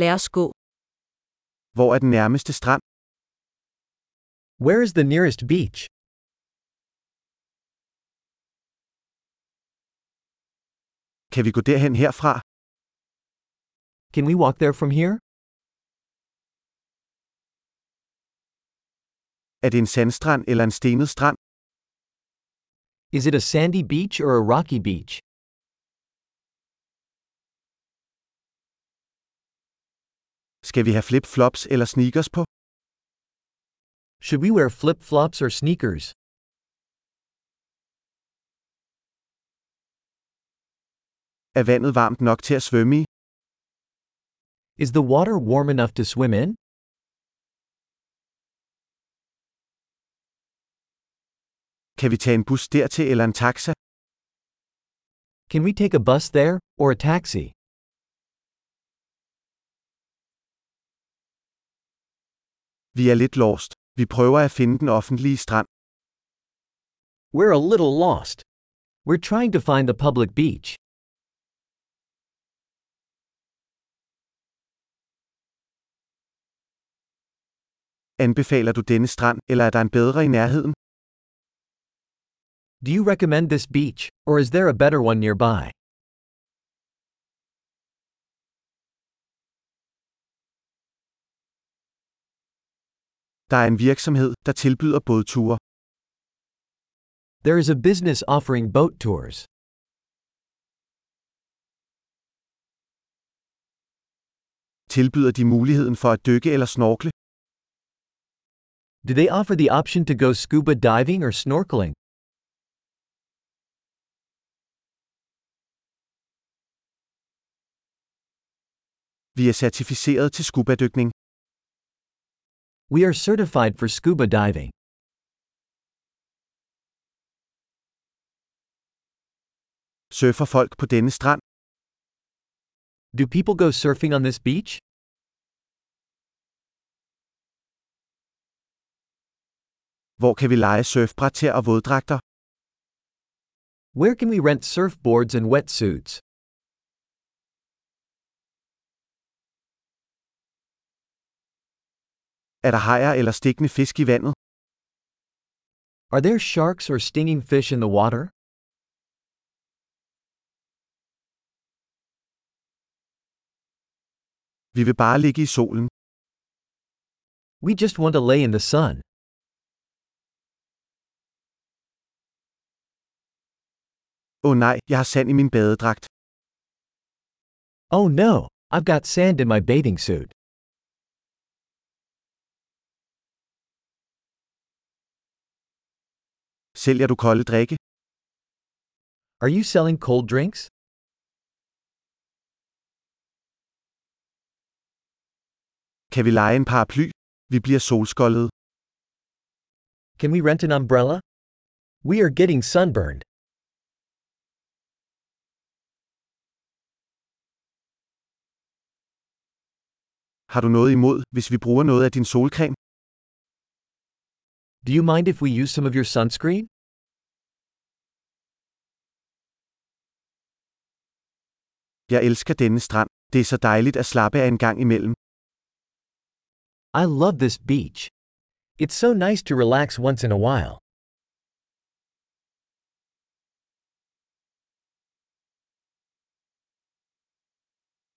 Lad os gå. Hvor er den nærmeste strand? Where is the nearest beach? Kan vi gå derhen herfra? Can we walk there from here? Er det en sandstrand eller en stenet strand? Is it a sandy beach or a rocky beach? Skal vi have flip-flops eller sneakers på? Should we wear flip flops or sneakers? Er vandet varmt nok til at svømme i? Is the water warm enough to swim in? Kan vi tage en bus dertil eller en taxa? Can we take a bus there, or a taxi? Vi er lidt lost. Vi prøver at finde den offentlige strand. We're a little lost. We're trying to find the public beach. Anbefaler du denne strand, eller er der en bedre i nærheden? Do you recommend this beach, or is there a better one nearby? Der er en virksomhed, der tilbyder bådture. There is a business offering boat tours. Tilbyder de muligheden for at dykke eller snorkle? Do they offer the option to go scuba diving or snorkeling? Vi er certificeret til skubadykning. We are certified for scuba diving. Surfer folk på denne strand? Do people go surfing on this beach? Hvor kan vi lege surfbræt til og våddragter? Where can we rent surfboards and wetsuits? Er der hajer eller stikkende fisk i vandet? Are there sharks or stinging fish in the water? Vi vil bare ligge i solen. We just want to lay in the sun. Åh oh nej, jeg har sand i min badedragt. Oh no, I've got sand in my bathing suit. Sælger du kolde drikke? Are you selling cold drinks? Kan vi lege en paraply? Vi bliver solskoldet. Can we rent an umbrella? We are getting sunburned. Har du noget imod, hvis vi bruger noget af din solcreme? Do you mind if we use some of your sunscreen? Jeg elsker denne strand. Det er så dejligt at slappe af en gang imellem. I love this beach. It's so nice to relax once in a while.